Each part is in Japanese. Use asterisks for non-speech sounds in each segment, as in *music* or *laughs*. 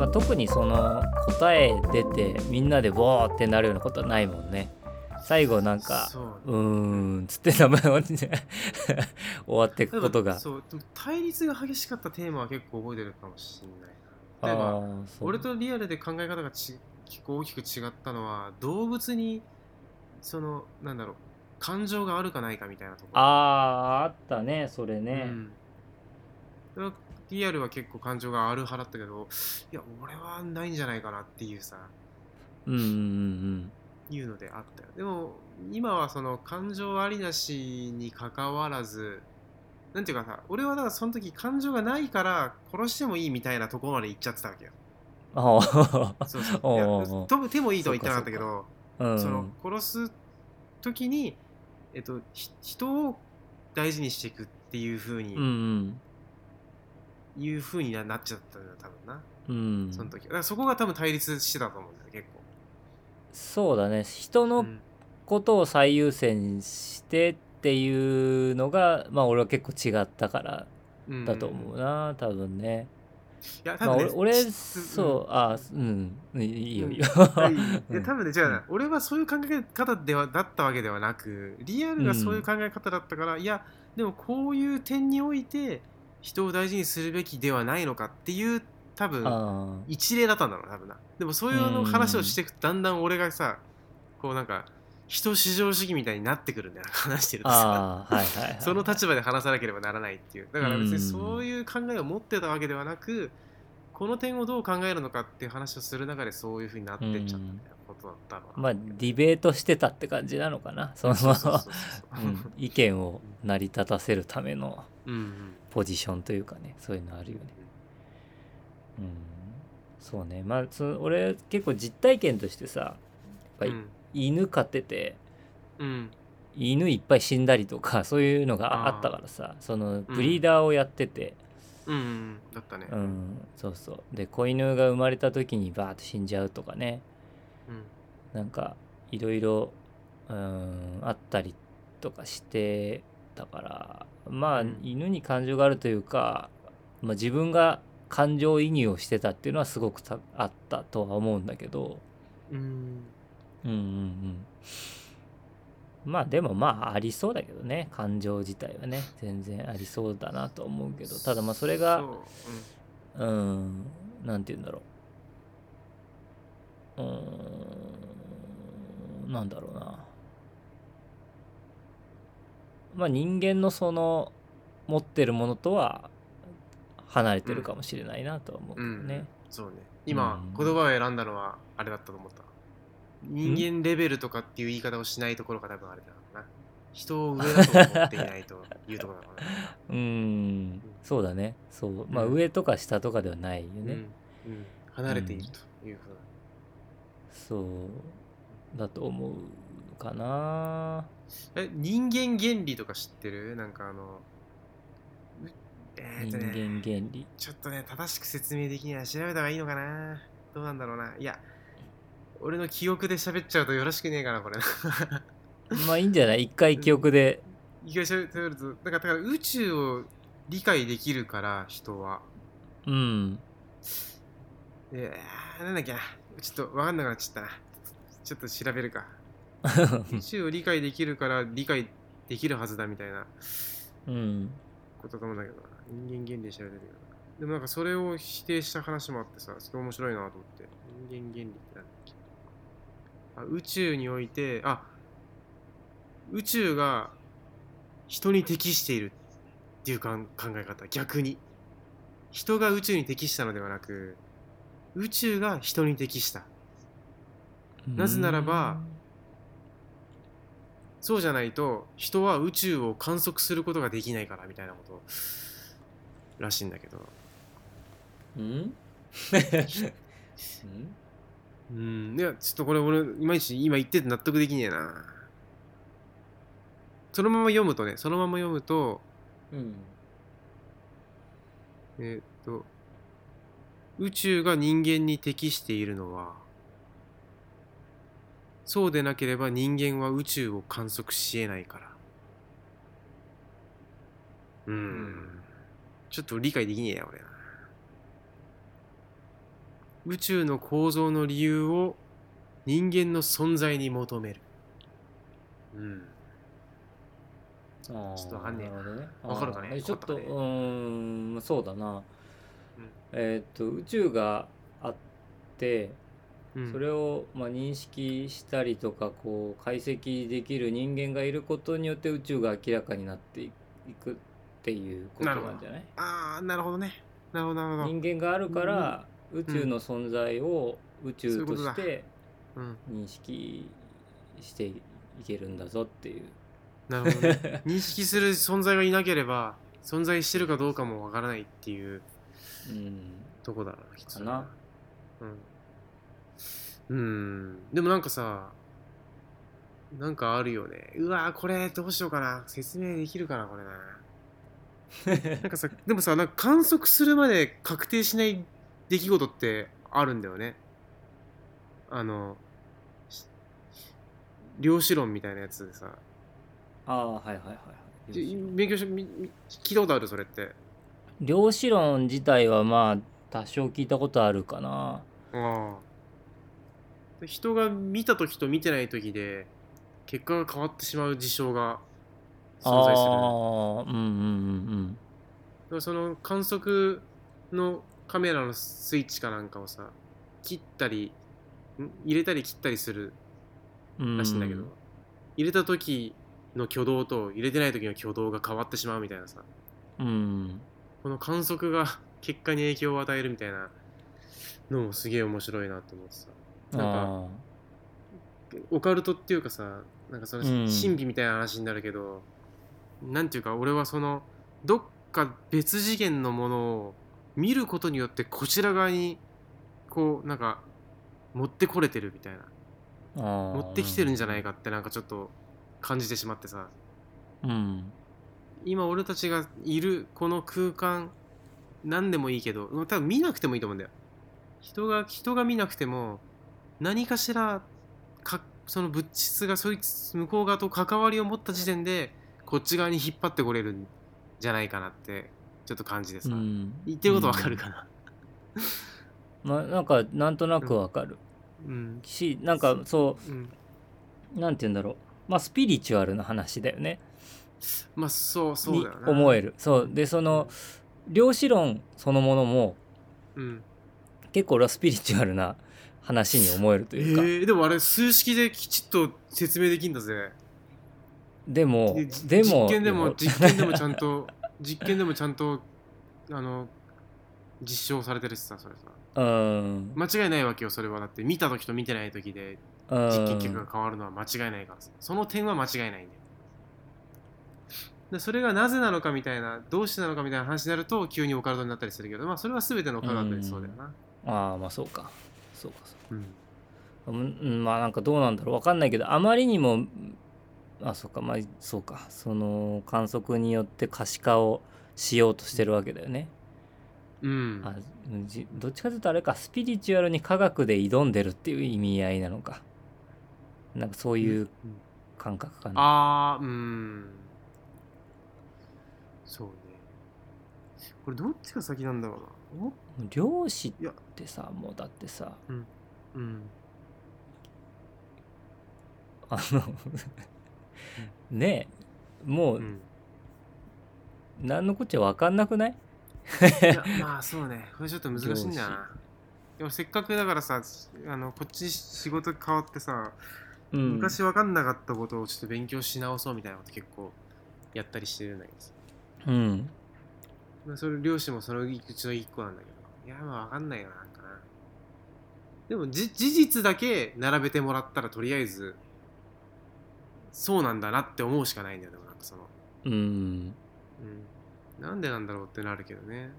あ、特にその答え出てみんなでボーってなるようなことはないもんね最後なんかそううーんつって名前を終わっていたくだことがそうでも対立が激しかったテーマは結構覚えてるかもしれないなあ例えばーそう俺とリアルで考え方がち結構大きく違ったのは動物にそのなんだろう感情があるかないかみたいなところあーあったねそれね、うん、リアルは結構感情がある派だったけどいや俺はないんじゃないかなっていうさうん、うんうんいうのであったよでも今はその感情ありなしに関わらずなんていうかさ俺はだからその時感情がないから殺してもいいみたいなところまで行っちゃってたわけよあー *laughs* そうそうおいうやおうおうとも手もいいとは言ってなかったけどうんその殺す時に、えっと、ひ人を大事にしていくっていうふうに、うんうんいうふうにななっちゃったんだよ多分なうんその時だからそこが多分対立してたと思うんだよね結構、そうだね人のうんことを最優先してっていうのがまあ俺は結構違ったからうんだと思うな、多分ね。いや多まあ、分、ね俺俺ちそう、あうんいいいよいいよ。 *laughs* はいいや多分ね違うな、うん俺はそういう考え方ではだったわけではなくリアルがそういう考え方だったから、いやでもこういう点において人を大事にするべきではないのかっていう多分あ一例だったんだろうな多分なでもそういうの話をしていくとだんだん俺がさこうなんか人至上主義みたいになってくるんだよな話してるーとさあーはいはい、はい。その立場で話さなければならないっていうだから別うにんそういう考えを持ってたわけではなくこの点をどう考えるのかっていう話をする中でそういうふうになってっちゃったみたいなことだったのかなまあディベートしてたって感じなのかなそのそうそうそうそううん意見を成り立たせるためのうんうんポジションというかねそういうのあるよね。うん、そうねまあその俺結構実体験としてさやっぱり犬飼ってて。うんうん犬いっぱい死んだりとかそういうのがあったからさそのブリーダーをやってて、うんうんだったねうんそうそうで子犬が生まれた時にバーッと死んじゃうとかねうんなんかいろいろうんあったりとかしてたからまあ、うん犬に感情があるというか、まあ、自分が感情移入をしてたっていうのはすごくたあったとは思うんだけどうんうんうんうんまあでもまあありそうだけどね感情自体はね全然ありそうだなと思うけどただまあそれがそううーんなんて言うんだろううーんなんだろうなまあ人間のその持ってるものとは離れてるかもしれないなとは思うけうどんうんね、そうね今うん言葉を選んだのはあれだったと思った人間レベルとかっていう言い方をしないところが多分あれだろうな人を上だと思っていないというところだろうなうーんそうだねそうまあうん上とか下とかではないよね、うんうん、離れているということだ、そうだと思うかなえ人間原理とか知ってるなんかあのうえーっ人とね間原理ちょっとね正しく説明できない調べた方がいいのかなどうなんだろうないや俺の記憶で喋っちゃうとよろしくねえかなこれ *laughs* まあいいんじゃない一回記憶で意外と喋るとなんかだから宇宙を理解できるから人はうんえー、なんだっけなちょっと分かんなくなっちゃったなちょっと調べる *laughs* か宇宙を理解できるから理解できるはずだみたいなうんことだと思うんだけどな人間原理で調べてるけどなでもなんかそれを否定した話もあってさちょっと面白いなと思って人間原理ってなんだっけあ宇宙においてあ宇宙が人に適しているっていうかん考え方逆に人が宇宙に適したのではなく宇宙が人に適したなぜならばそうじゃないと人は宇宙を観測することができないからみたいなことらしいんだけど *laughs* うんうんいやちょっとこれ俺いまいち今言ってて納得できねえなそのまま読むとねそのまま読むとうんえーっと宇宙が人間に適しているのはそうでなければ人間は宇宙を観測し得ないからうん、んちょっと理解できねえや俺な宇宙の構造の理由を人間の存在に求める。うん。ちょちょっとわかんねえなるほどね。わかるかねあーちょっと、わうかったかねーん、そうだな。えーっと、宇宙があって、うん、それを、まあ、認識したりとか、こう、解析できる人間がいることによって宇宙が明らかになっていくっていうことなんじゃないああ、なるほどね。なるほど、なるほど。人間があるから、宇宙の存在を宇宙としそういてうん、認識していけるんだぞっていう。なるほ *laughs* ど、ね。認識する存在がいなければ、存在してるかどうかもわからないっていう *laughs* うん。とこだな、きついかな。うん。うん。でもなんかさ、なんかあるよね。うわーこれどうしようかな。説明できるかな、これな。なんかさ、でもさ、なんか観測するまで確定しない出来事ってあるんだよね。あの、し量子論みたいなやつでさ、ああ、はいはいはいはい。じ勉強しみみ聞いたことあるそれって。量子論自体はまあ多少聞いたことあるかなああ。人が見た時と見てない時で結果が変わってしまう事象が存在する。だかああうんうんらその観測のカメラのスイッチかなんかをさ、切ったり、ん入れたり切ったりするうんうんらしいんだけど、入れた時の挙動と入れてない時の挙動が変わってしまうみたいなさ、うんこの観測が結果に影響を与えるみたいなのもすげえ面白いなと思ってさ。なんかあオカルトっていうかさなんかそのうん神秘みたいな話になるけど、なんていうか俺はそのどっか別次元のものを見ることによってこちら側にこうなんか持ってこれてるみたいなーあ持ってきてるんじゃないかかってなんかちょっと感じてしまってさうん今俺たちがいるこの空間何でもいいけど多分見なくてもいいと思うんだよ人が人が見なくても何かしらかその物質がそいつ向こう側と関わりを持った時点でこっち側に引っ張ってこれるんじゃないかなってちょっと感じでさ、うん言ってることわかるかなうんまあなんかなんとなくわかるうんしなんかそうんうなんて言うんだろうまあスピリチュアルな話だよねまあそうそうだよにな思えるそうでその量子論そのものもうん結構俺はスピリチュアルな話に思えるとえいうか、ー、でもあれ数式できちっと説明できんだぜでもでじでも実験でもよ実験でもちゃんと *laughs* 実験でもちゃんとあの実証されてるしさそれさ *laughs* うん間違いないわけよそれはだって見た時と見てない時でうん実験結果が変わるのは間違いないからさその点は間違いないんだよでそれがなぜなのかみたいなどうしてなのかみたいな話になると急にオカルトになったりするけどまあそれは全ての科学でそうだよなああまあそうかそうかそうんうかうんうんまあなんかどうなんだろうわかんないけどあまりにもうんあそうかまあそうかその観測によって可視化をしようとしてるわけだよね、うんあうんじどっちかというとあれかスピリチュアルに科学で挑んでるっていう意味合いなのかなんかそういうん感覚かな、あーうーんそうねこれどっちが先なんだろうな漁師ってさもうだってさおうんあのねえもううん何のこっちゃ分かんなくないい *laughs* やまあそうねこれちょっと難しいんだよなでもせっかくだからさあのこっち仕事変わってさ、うん昔分かんなかったことをちょっと勉強し直そうみたいなこと結構やったりしてるんだけどさうんまあそれ両親もそのうちの一個なんだけどいやまあ分かんないよななんかなでもじ事実だけ並べてもらったらとりあえずそうなんだなって思うしかないんだよでもなんかそのうんうん、なんでなんだろうってなるけどね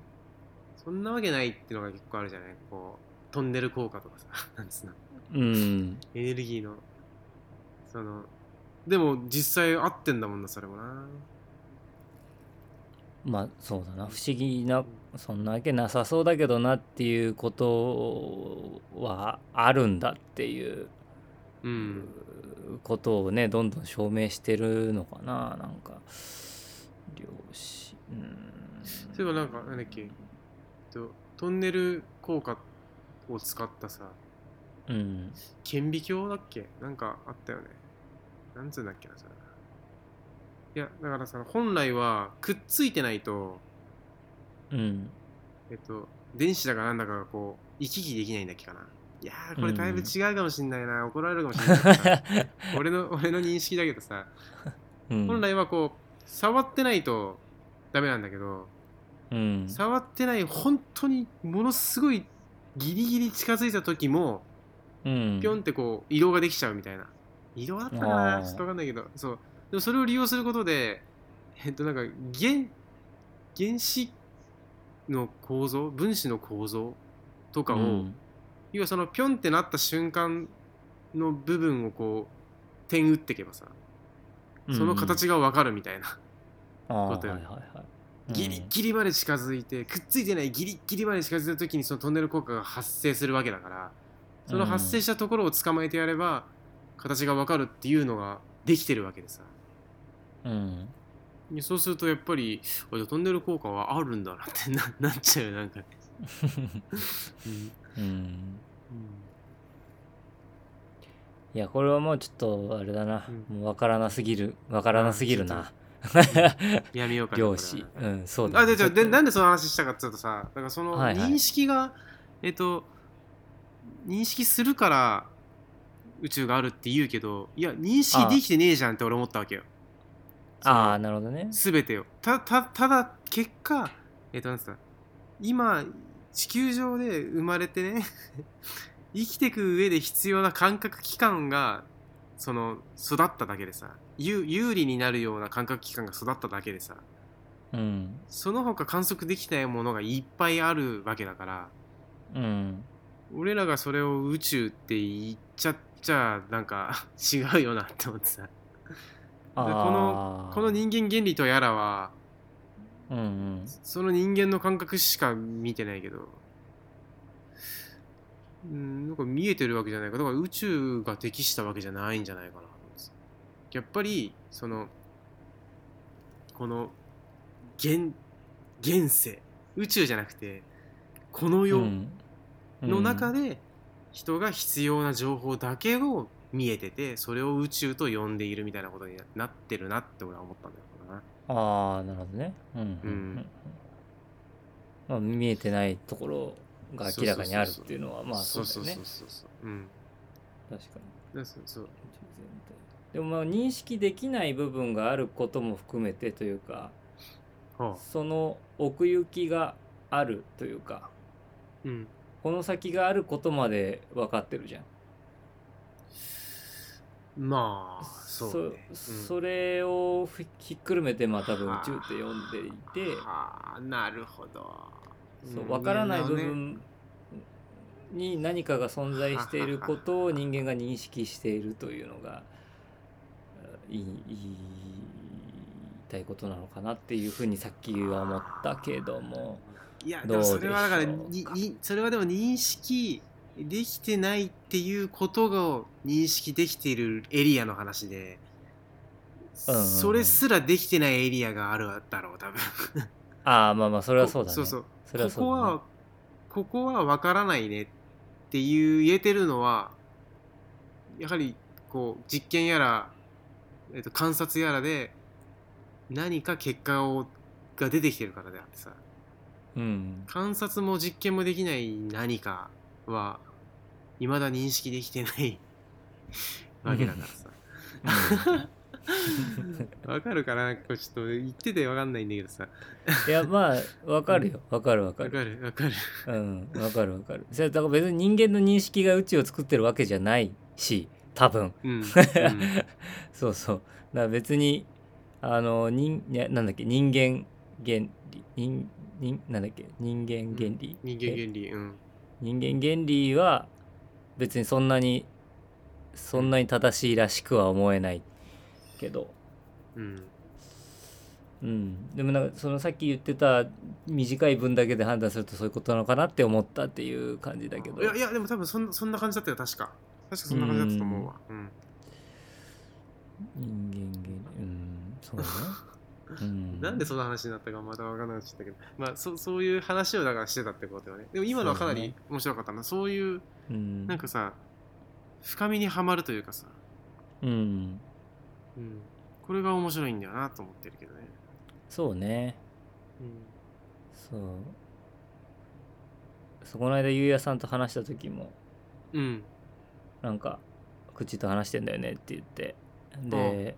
そんなわけないってのが結構あるじゃないこうトンネル効果とかさ *laughs* なんつうのうんエネルギーのそのでも実際合ってんだもんなそれもなまあそうだな不思議なそんなわけなさそうだけどなっていうことはあるんだっていううんことをねどんどん証明してるのかななんか量子うんそういえばなんかなんだっけえっとトンネル効果を使ったさうん顕微鏡だっけなんかあったよねなんつうんだっけなそれいやだからさ本来はくっついてないとうんえっと電子だかなんだかがこう行き来できないんだっけかないやーこれだいぶ違うかもしんないな、怒られるかもしんないけ *laughs* どさ俺の俺の認識だけどさうん *laughs* 本来はこう触ってないとダメなんだけどうん触ってない本当にものすごいギリギリ近づいた時もうんピョンってこう移動ができちゃうみたいな移動だったかあなーちょっと分かんないけどそうでもそれを利用することでえっとなんか原原子の構造分子の構造とかを、うん要はそのピョンってなった瞬間の部分をこう点打っていけばさその形が分かるみたいな、あことーよはいはいはいうんギリギリまで近づいてくっついてないギリギリまで近づいた時にそのトンネル効果が発生するわけだからその発生したところを捕まえてやれば形が分かるっていうのができてるわけでさうんでそうするとやっぱりあじゃあトンネル効果はあるんだなってな *laughs* なっちゃうよなんか、うんうん *laughs* いやこれはもうちょっとあれだな、うんもう分からなすぎる分からなすぎるな *laughs* やめようかな漁これは師うんそうだあ、ねで、じゃあで、なんちょっでその話したかっていうとさ、だからそのはいはい認識が、えっと、認識するから宇宙があるって言うけど、いや、認識できてねえじゃんって俺思ったわけよ。とああなるほどねすべてを。た、た、ただ、結果、えっと、なんつった今、地球上で生まれてね、 *laughs* 生きていく上で必要な感覚器官が、その、育っただけでさ、有有利になるような感覚器官が育っただけでさ、うんその他観測できないものがいっぱいあるわけだからうん俺らがそれを宇宙って言っちゃっちゃなんか *laughs* 違うよなって思ってさあーこの人間原理とやらはうんうんその人間の感覚しか見てないけどうんなんか見えてるわけじゃないかだから宇宙が適したわけじゃないんじゃないかなと思ってさやっぱりそのこの現現世宇宙じゃなくてこの世、の中で、で人が必要な情報だけを見えててそれを宇宙と呼んでいるみたいなことになってるなって俺は思ったんだよなああなるほどねうんうんうん、うんまあ、見えてないところが明らかにあるっていうのはまあそうだよねそうそうそうそううん確かにだそうそうでもまあ認識できない部分があることも含めてというかはあその奥行きがあるというかうんこの先があることまで分かってるじゃんまあそうねそそれをふひっくるめてまあ多分宇宙って呼んでいてああなるほどそう分からない部うん分に何かが存在していること *laughs* を人間が認識しているというのがえーいい言いたいことなのかなっていうふうにさっきは思ったけどもいやどでうもでしょそうかれはだからににそれはでも認識できてないっていうことを認識できているエリアの話で、うんうんうんそれすらできてないエリアがあるだろう多分ああまあまあそれはそうだねそうそうそれはそうここだねはここは分からないねっていう言えてるのはやはりこう実験やら、えっと、観察やらで何か結果をが出てきてるからであってさうん観察も実験もできない何かは未だ認識できてないわけだからさわかるかなこれちょっと言っててわかんないんだけどさいやまあわかるよわかるわかわるかるわかるうんわかるわかるそれだから別に人間の認識が宇宙を作ってるわけじゃないし多分うん、 *laughs* うん、そうそうだから別にあの人いやなんだっけ人間原理人人なんだっけ人間原理、人間え原理うん人間原理は別にそんなにそんなに正しいらしくは思えないけどうんうん、でもなんかそのさっき言ってた短い分だけで判断するとそういうことなのかなって思ったっていう感じだけどいやいやでも多分そんそんな感じだったよ確か確かそんな感じだったと思うわうん *laughs* 人間原理うんそうねうんなんでそんな話になったかまだ分からなくなっちゃったけど、まあ、そそういう話をだからしてたってことよねでも今のはかなそうだりね面白かったなそういううんなんかさ深みにはまるというかさ、うんうん、これが面白いんだよなと思ってるけどね、そうねそうそうこの間ゆうやさんと話した時もうん、うんなんか口と話してんだよねって言ってで、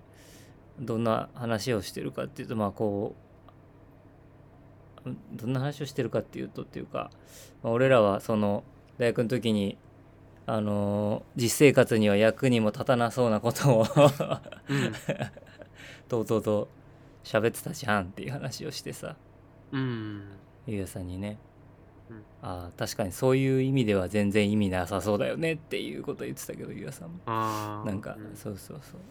どんな話をしてるかっていうとまあこううんどんな話をしてるかっていうとっていうか、まあ俺らはその大学の時にあのー実生活には役にも立たなそうなことを *laughs* うんとうとうと喋ってたじゃんっていう話をしてさうんゆうやさんにね、うんああ確かにそういう意味では全然意味なさそうだよねっていうこと言ってたけどゆうやさんも。ああなんか、うんそうそうそう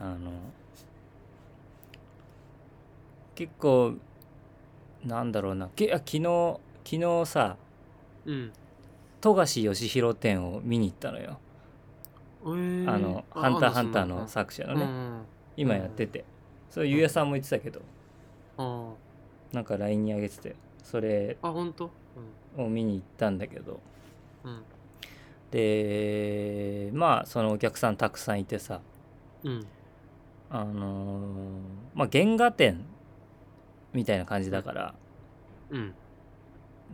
あの結構なんだろうなけあ昨日昨日さうん富樫義弘展を見に行ったのよ、えーあの「ハンターハンター」のさ作者うのんうね、ん今やってて、それゆうやさんも言ってたけど、あなんか LINE にあげててそれーあ本当を見に行ったんだけどうんうんでまあそのお客さんたくさんいてさうんあのーまあ原画展みたいな感じだから、うん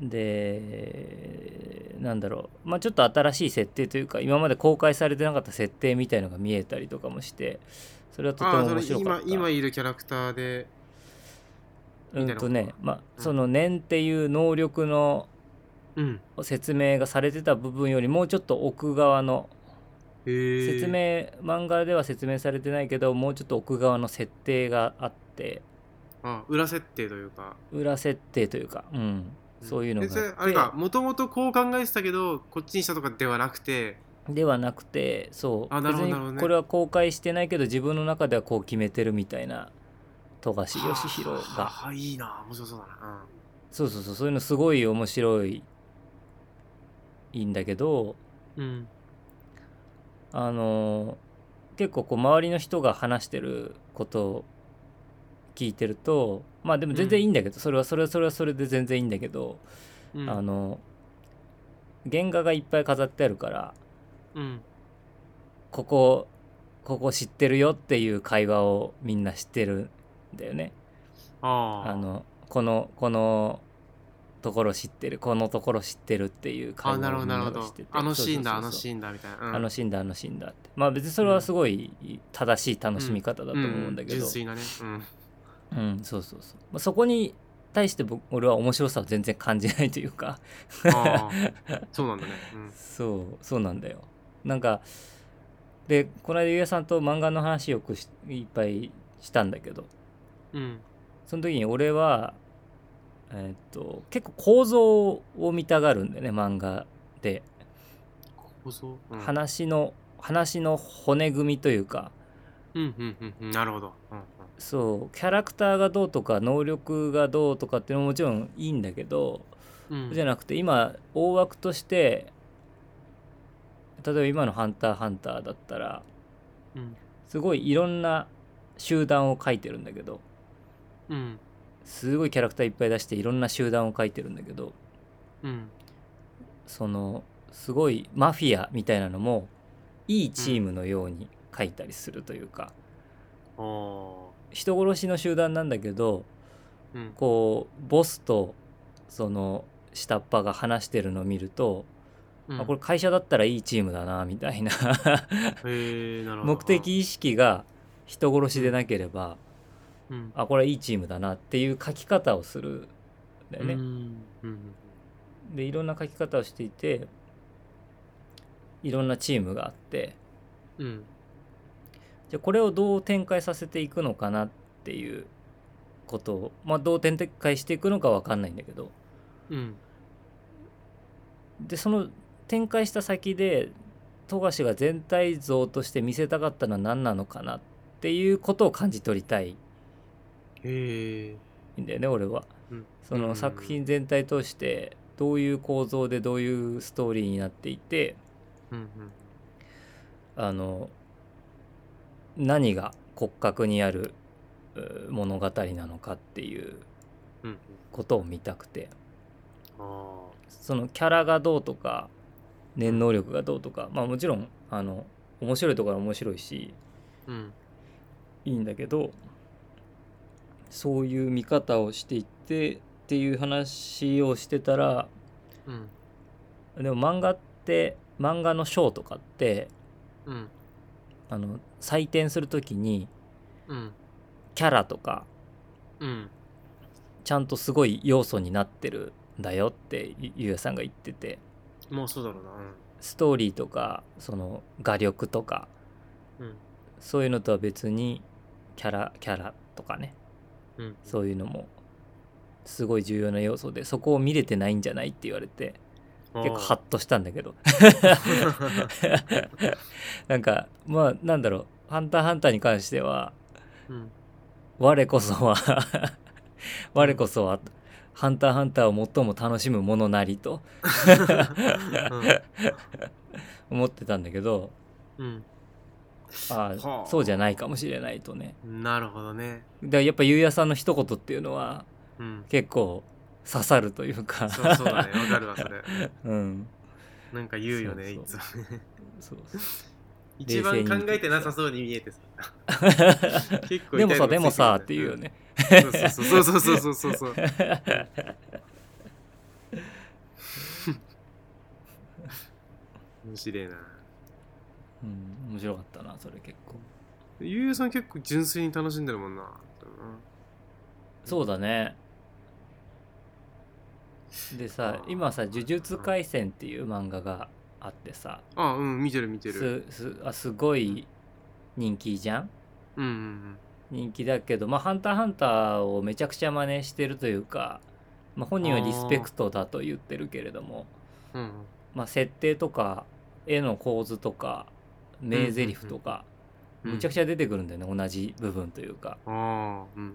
でなんだろう、まあ、ちょっと新しい設定というか今まで公開されてなかった設定みたいのが見えたりとかもしてそれはとてああもそ面れ白かっ今た今いるキャラクターでうんとみたいなねこまあうんその念っていう能力のうん説明がされてた部分よりもうちょっと奥側のへえ説明漫画では説明されてないけどもうちょっと奥側の設定があってあ裏設定というか裏設定というか、うん、そういうのがでそれああっれてかもともとこう考えてたけどこっちにしたとかではなくてではなくてそうあなるほど別なるほどにねこれは公開してないけど自分の中ではこう決めてるみたいな富樫義弘はあがはあいいな面白そうだなそうそうそうそういうのすごい面白いいいんだけどうんあの結構こう周りの人が話してることを聞いてるとまあでも全然いいんだけど、それはそれはそれはそれで全然いいんだけど、うんあの原画がいっぱい飾ってあるからうんここここ知ってるよっていう会話をみんな知ってるんだよね。あーあのこのこのところ知ってるこのところ知ってるっていう会あ話なるをほみどんななるほがど知っててあのシーンだあそうそのうそうシーンだみたいな、うんあのシーンだあのシーンだってまあ別にそれはすごい正しい楽しみ方だと思うんだけうんど純粋なねうんうんそうそうそうまあそこに対して僕俺は面白さを全然感じないというかあ *laughs* ーそうなんだねうんそうそうなんだよなんかでこの間ゆうやさんと漫画の話よくしいっぱいしたんだけどうんその時に俺は、えーっと結構構造を見たがるんだよね漫画で、構造うん話の話の骨組みというかうんうんうんうんなるほどうんうんそうキャラクターがどうとか能力がどうとかっていうのももちろんいいんだけど、うんじゃなくて今大枠として例えば今の「ハンターハンター」だったらうんすごいいろんな集団を描いてるんだけどうんすごいキャラクターいっぱい出していろんな集団を描いてるんだけどうんそのすごいマフィアみたいなのもいいチームのように描いたりするというか、あー人殺しの集団なんだけどうんこうボスとその下っ端が話してるのを見ると、うんあこれ会社だったらいいチームだなみたい *laughs* な *laughs* へえなるほど目的意識が人殺しでなければ、うんあこれいいチームだなっていう書き方をするんだよね。うんうんでいろんな書き方をしていていろんなチームがあってうんうんじゃあこれをどう展開させていくのかなっていうことを、まあ、どう展開していくのかわかんないんだけどうんでその展開した先で富樫が全体像として見せたかったのは何なのかなっていうことを感じ取りたいへえんだよね俺はうん。そうんの作品全体通してどういう構造でどういうストーリーになっていてうんうんあの何が骨格にあるうー物語なのかっていううんうんことを見たくてあそのキャラがどうとか念能力がどうとかまあもちろんあの面白いところは面白いしあうんいいんだけどそういう見方をしていってっていう話をしてたらうんでも漫画って漫画の賞とかってうんあの採点するときにうんキャラとかうんちゃんとすごい要素になってるんだよってゆゆうやさんが言っててもうそうだろうなストーリーとかその画力とかうんうんそういうのとは別にキャラキャラとかねうんそういうのもすごい重要な要素でそこを見れてないんじゃないって言われて結構ハッとしたんだけど *laughs* *laughs* なんかまあなんだろう「ハンターハンター」に関してはうん我こそは *laughs* 我こそはハンターハンターを最も楽しむものなりと思ってたんだけどうんあはああそうじゃないかもしれないとねうんなるほどねだからやっぱゆうやさんの一言っていうのはうん結構刺さるというかそうそうだねわかるわそれ *laughs* うんなんか言うよねいつそもね *laughs* そう一冷番静に見て考えてなさそうに見えてさ結構痛でいのもさでもさっつていいうるよんだねそうそうそうそうそうそうそう面白いなうん面白かったなそれ結構ゆうゆうさん結構純粋に楽しんでるもんなそうだねでさ今さ「呪術廻戦」っていう漫画があってさあうん見てる見てるすすあすごい人気じゃんうんうん人気だけどまあ「ハンターハンター」をめちゃくちゃ真似してるというか、まあ、本人はリスペクトだと言ってるけれどもうんうんまあ、設定とか絵の構図とか名台詞とか、うんむちゃくちゃゃ出てくるんだよね、同じ部分というか、ああうん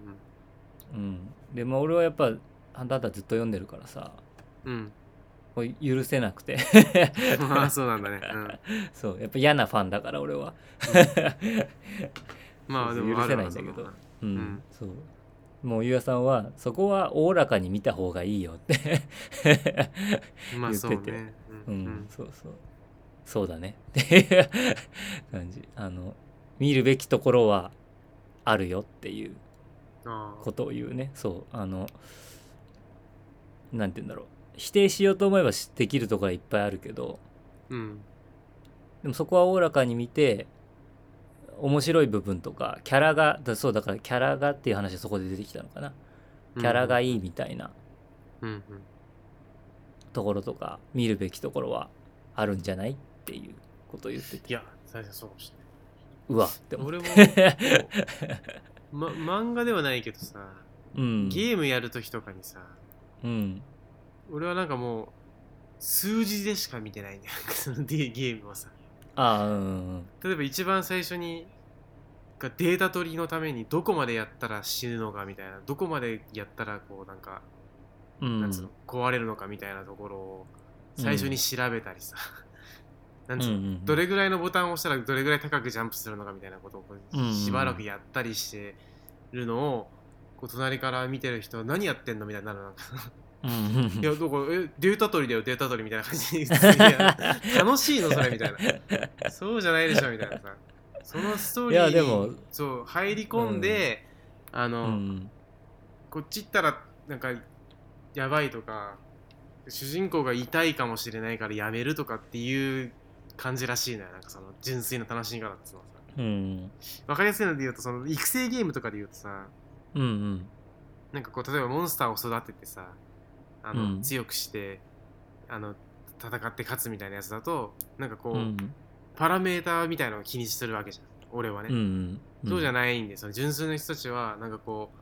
うん、でまあ俺はやっぱ「ハンターハンター」ずっと読んでるからさうんこれ許せなくて *laughs* うんああそうなんだねうんそうやっぱ嫌なファンだから俺は、まあそでうそうもあるわ許せないんだけどその *laughs* うんんそうもうゆうやさんはそこはおおらかに見た方がいいよってま言っあてそてうねう、うんんそうそうそうだね *laughs* っていう感じあの見るべきところはあるよっていうああことを言うねそうあのなんて言うんだろう否定しようと思えばしできるところはいっぱいあるけどうんでもそこはおおらかに見て面白い部分とかキャラがだそうだからキャラがっていう話はそこで出てきたのかなキャラがいいいみたいなうんところとか見るべきところはあるんじゃないっていうことを言っていてや最初そうかもしれないうわって思う、*laughs* 俺もま、漫画ではないけどさうん、ゲームやるときとかにさ、うん俺はなんかもう数字でしか見てないね *laughs* そのでゲームをさああうん例えば一番最初にがデータ取りのためにどこまでやったら死ぬのかみたいなどこまでやったらこうなんか、うんうんなんつうの壊れるのかみたいなところを最初に調べたりさ、なんつうの、うんうんうんどれぐらいのボタンを押したらどれぐらい高くジャンプするのかみたいなことをこうんうんうしばらくやったりしてるのをこう隣から見てる人は何やってんのみたいになるなんかうんうん *laughs* いやだからえデータ取りだよデータ取りみたいな感じで *laughs* いや楽しいのそれみたいなそうじゃないでしょみたいなさそのストーリいやでーもにそう入り込んで、あうの、んこっち行ったらなんかやばいとか主人公が痛いかもしれないからやめるとかっていう感じらしいのよなんかその純粋な楽しみ方っていうのはうんさわかりやすいので言うとその育成ゲームとかで言うとさうんうんなんかこう例えばモンスターを育ててさあの、うん強くしてあの戦って勝つみたいなやつだとなんかこう、うんパラメーターみたいなのを気にするわけじゃん俺はね、うんうんそうじゃないないんでその純粋な人たちはなんかこう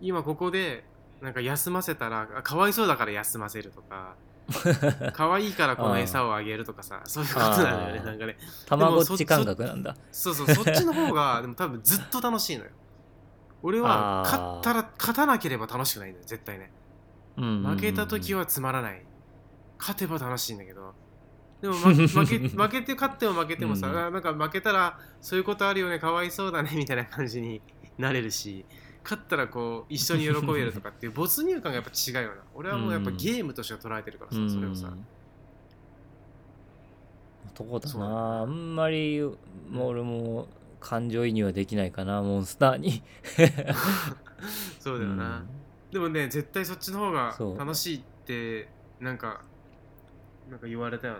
今ここでなんか休ませたらあかわいそうだから休ませると *laughs* かかわいいからこの餌をあげるとかさそういうことなんだよあーねなんかねたまごっち感覚なんだそうそうそっちの *laughs* 方がでも多分ずっと楽しいのよ俺はあー勝ったら勝たなければ楽しくないんだよ絶対ね負負けた時はつまらない、勝てば楽しいんだけど *laughs* でも、ま、負け負けて勝っても負けてもさ、うんあなんか負けたらそういうことあるよねかわいそうだねみたいな感じに *laughs* なれるし勝ったらこう一緒に喜べるとかっていう没入感がやっぱ違うよな俺はもうやっぱうんゲームとして捉えてるからさ、うんそれをさ、どこだそうなあんまりもう俺も感情移入はできないかなモンスターにそうだよな、でもね絶対そっちの方がそう楽しいってなんかなんか言われたよ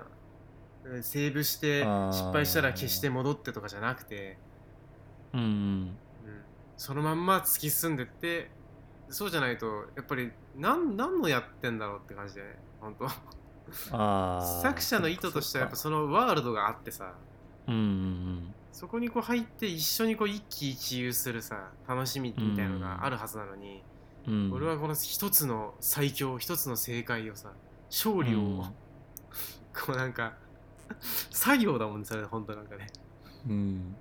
なセーブしてあー失敗したら消して戻ってとかじゃなくて、うん、うんうん、そのまんま突き進んでってそうじゃないとやっぱりなん何のやってんだろうって感じだよね本当ああ作者の意図としてはやっぱそのワールドがあってさうんうんそこにこう入って一緒にこう一喜一憂するさ楽しみみたいのがあるはずなのうに、んうん俺はこの一つの最強一つの正解をさ勝利を、うんこうなんか作業だもんねそれ本当なんかねうん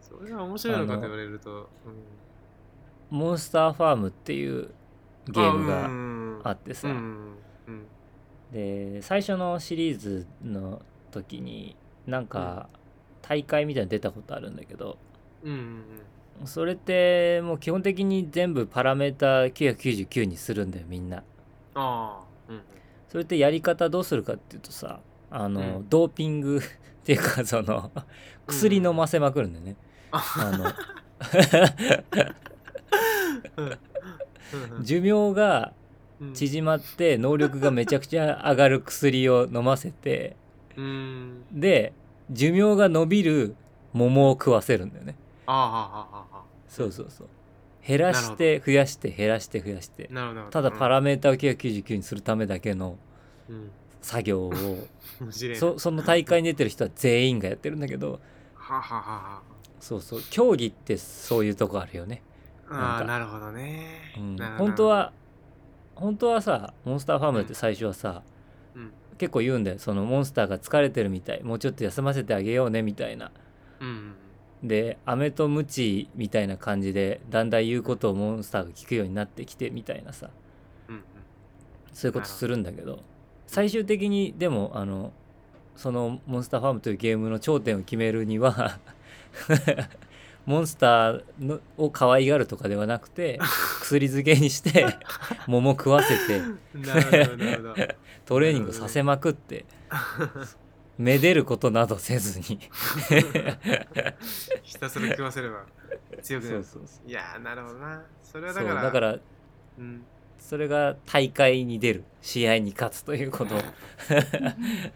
それが面白いのかと言われるとモンスターファームっていううんゲームあうがんあってさ、うんうんうんで最初のシリーズの時になんか大会みたいなの出たことあるんだけどうんうんそれってもう基本的に全部パラメータ999にするんだよみんなああうんうんそれってやり方どうするかっていうとさあの、うんドーピングっていうかその薬飲ませまくるんだよね、ああのうんうん寿命がうん縮まって能力がめちゃくちゃ上がる薬を飲ませてうんで寿命が伸びる桃を食わせるんだよねああはあはあはそうそうそう減らして増やして減らして増やしてあなるほどなるほどただパラメータを999にするためだけのうん作業 *laughs* をうん面白いなそその大会に出てる人は全員がやってるんだけどはあはあはあはそうそう競技ってそういうとこあるよね、ああなんあかなるほどねうんなる、ほど本当は本当はさモンスターファームって最初はさ、うん結構言うんだよそのモンスターが疲れてるみたいもうちょっと休ませてあげようねみたいなうんうんで飴とムチみたいな感じでだんだん言うことをモンスターが聞くようになってきてみたいなさうんうんそういうことするんだけど最終的にでもあのその「モンスターファーム」というゲームの頂点を決めるにはモンスターのを可愛がるとかではなくて薬漬けに *laughs* して桃食わせて *laughs* なるほどなるほどトレーニングさせまくってめでることなどせずにひたすら食わせれば強くなるそうそういやーなるほどなそれはそだうからだからうん、それが大会に出る試合に勝つという *laughs* こと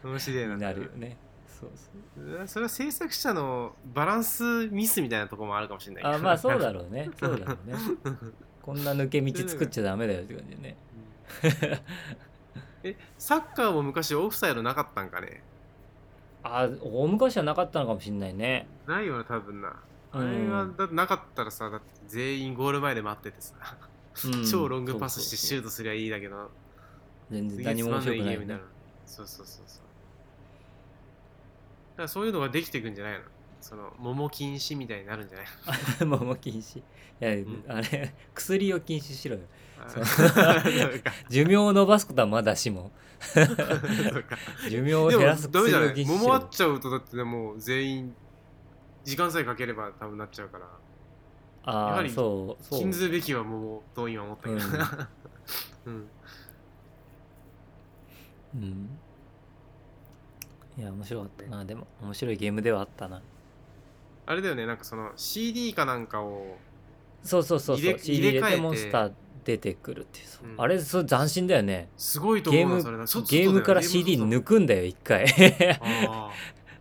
面白いなになるよね。そうそううわそれは制作者のバランスミスみたいなところもあるかもしれないけどあまあ *laughs* そうだろろうねそうだろうねこんな抜け道作っちゃダメだよって感じでねえサッカーも昔オフサイドなかったんかねあ大昔はなかったのかもしんないねないよな多分なあうれがんだってなかったらさだって全員ゴール前で待っててさ、うん *laughs* 超ロングパスしてシュそうそうートすりゃいいだけどそう全然次何つもま面んな白いくゲないよームになねるそうそうそうそうだからそういうのができていくんじゃないのその桃禁止みたいになるんじゃない *laughs* の桃禁止いや、んあれ薬を禁止しろよあそう *laughs* そうか寿命を伸ばすことはまだしもそうか寿命をで減らもすダ薬メじゃなをい禁止し桃ろあよっちゃうとだってでも全員時間さえかければ多分なっちゃうからやあはありそうそう禁ずるべきは桃と今思ったけど、 *laughs* うんうんいや面白かったなでも面白いゲームではあったなあれだよねなんかその CD かなんかをそうそうそう入そうれ CD 入入れれ替えててモンスター出てくるっていうそううんあれそれ斬新だよねすごいとゲーム思うなそれなそゲームからそうだ CD よね抜くんだよ一回 *laughs* ああ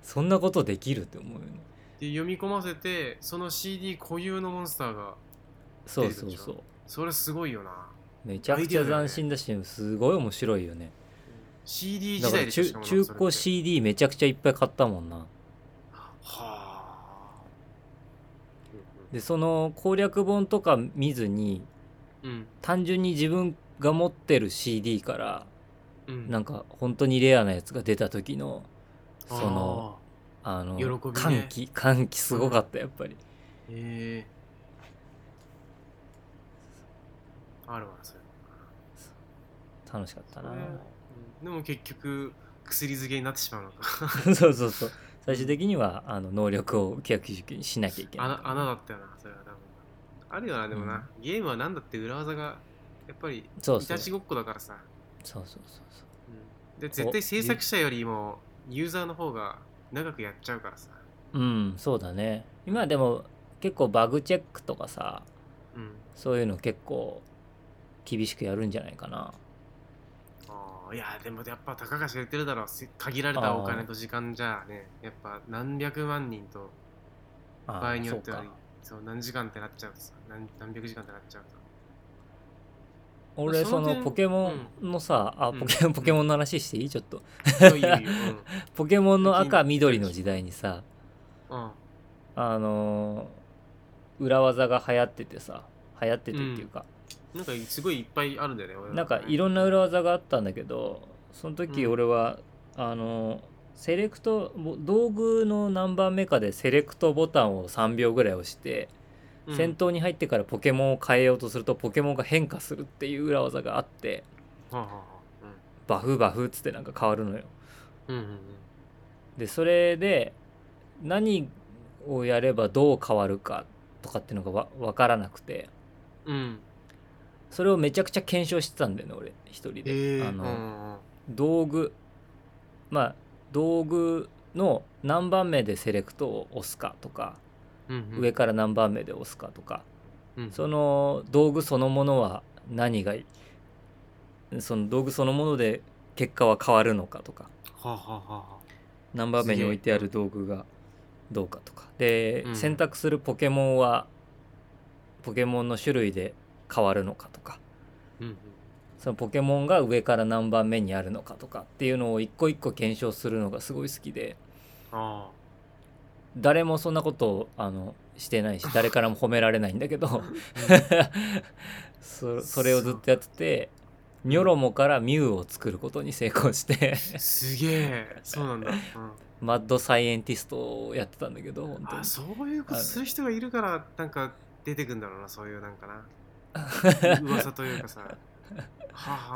そんなことできるって思うよねで読み込ませてその CD 固有のモンスターがそうそう出てくるでしそょうそれすごいよなめちゃくちゃ斬新だしすごい面白いよね CD だ時か代らでしょ中しかもな中それって古 CD めちゃくちゃいっぱい買ったもんなはあでその攻略本とか見ずにうん単純に自分が持ってる CD からうんなんか本当にレアなやつが出た時のそのあの喜びね歓喜歓喜すごかったやっぱりあーえーあるわそれ楽しかったなねでも結局薬漬けになってしまうのか *laughs* そうそうそう最終的にはあの能力を逆受験しなきゃいけない穴穴だったよなそれは多分あるよなでもな、ゲームはなんだって裏技がやっぱりそういそたうちそうごっこだからさ、そうそうそうんで絶対制作者よりもユーザーの方が長くやっちゃうからさ、ううんそうだね今でも結構バグチェックとかさうん、そういうの結構厳しくやるんじゃないかなあーいやでもやっぱたかが知れてるだろうせ限られたお金と時間じゃあねやっぱ何百万人とあー場合によっそてはうかそう何時間ってなっちゃうとさ何何百時間ってなっちゃうと *laughs* 俺そそのの点ポケモンのさ、あうんポケモンポ *laughs* ケモンの話していいちょっとそういう、うんポケモンの最近赤緑の時代にさうん、あのー裏技が流行っててさ流行っててっていうか、なんかすごいいっぱいあるんだよね俺なんかいろんな裏技があったんだけどその時うん俺は、あのセレクトぼ道具の何番目かでセレクトボタンを3秒ぐらい押して、うん戦闘に入ってからポケモンを変えようとするとポケモンが変化するっていう裏技があってはあはあはあバフバフっつってなんか変わるのよ。うんうんうんうんでそれで何をやればどう変わるかとかっていうのがわ分からなくてうんそれをめちゃくちゃ検証してたんだよね俺一人で、えー、あうんうのんうん道具まあ道具の何番目でセレクトを押すかとか、うんうん上から何番目で押すかとかうんその道具そのものは何がいいその道具そのもので結果は変わるのかとかはあはあはあは何番目に置いてある道具がどうかとかで、うん選択するポケモンはポケモンの種類で変わるのかとかうんうんそのポケモンが上から何番目にあるのかとかっていうのを一個一個検証するのがすごい好きであ誰もそんなことをあのしてない *laughs* し誰からも褒められないんだけど *laughs* そそれをずっとやっててニョロモからミュウを作ることに成功して *laughs* *laughs* あすげえそうなんだ、うんマッドサイエンティストをやってたんだけど本当にあそういうことする人がいるからなんか出てくんだろうなそういうなんか *laughs* な噂というかさはあはあ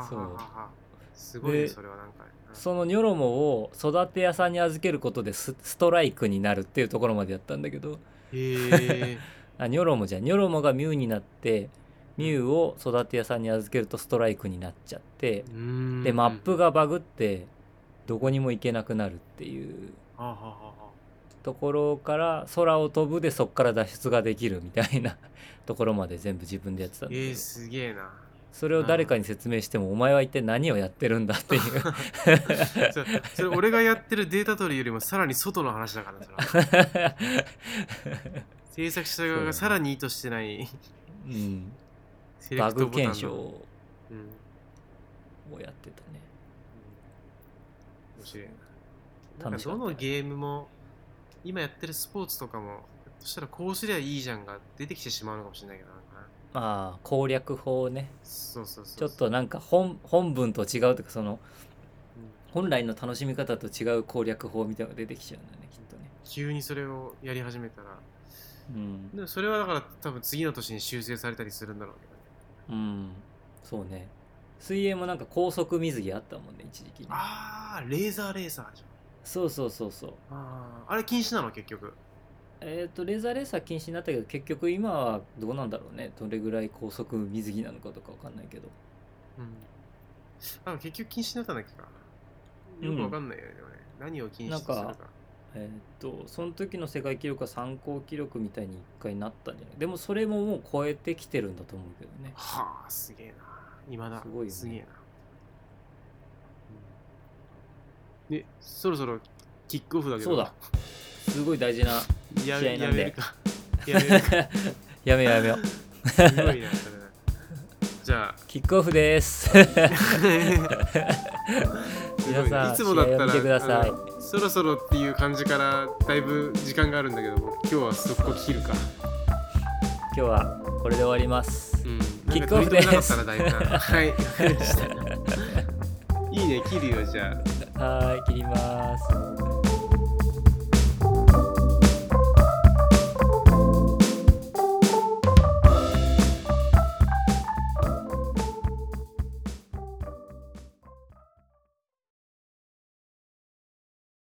はあはあはあすごいねでそれはなんか、うんそのニョロモを育て屋さんに預けることでスストライクになるっていうところまでやったんだけどへえあニョロモじゃんニョロモがミュウになってミュウを育て屋さんに預けるとストライクになっちゃってうーんでマップがバグってどこにも行けなくなるっていうはあはあはあはところから空を飛ぶでそっから脱出ができるみたいな *laughs* ところまで全部自分でやってたあんだえけー、どすげえなそれを誰かに説明してもお前は一体何をやってるんだっていうそれそれ俺がやってるデータ取りよりもさらに外の話だからそれは制作者側がさらに意図してない *laughs* うんセレバクトグボタンの検証をうんやってたね面白いな。なん楽かしかっどたのゲームも、今やってるスポーツとかも、そしたらこうすりゃいいじゃんが出てきてしまうのかもしれないけどなんかな。まあ攻略法ねそうそうそちょうそう。っとなんか本本文と違うというかそのうん本来の楽しみ方と違う攻略法みたいなのが出てきちゃうんだよねきっとね、急にそれをやり始めたら、うんでもそれはだから多分次の年に修正されたりするんだろうけうどね。ん、そうね水泳もなんか高速水着あったもんね一時期ねあー、レーザーレーサーじそうそうそうそうゃん。あーあれ禁止なの結局。えっ、とレーザーレーサー禁止になったけど結局今はどうなんだろうねどれぐらい高速水着なのかとかわかんないけどうん。あ結局禁止になったんだっけか。よくわかんないよね、でもね。何を禁止とすなるかん。えっ、とその時の世界記録は参考記録みたいに一回なったんじゃないでもそれももう超えてきてるんだと思うけどねはあ、すげえな。今だ。すごいよねすげえな。で、そろそろキックオフだけど。そうだ。すごい大事なや試め合やなんめでるか。やめるか。やめようやめようすごいな、それな。じゃあ、キックオフです。すご *laughs* 皆さん、いつもだっ試合をたら見てくださあい。のそろそろっていう感じからだいぶ時間があるんだけども、今日は速攻切るか。今日はこれで終わります。うん。キックオフですなんか取り留めな *laughs* かったら大体。はい、わかりました。いいね、切るよ、じゃあ。はーい、切ります。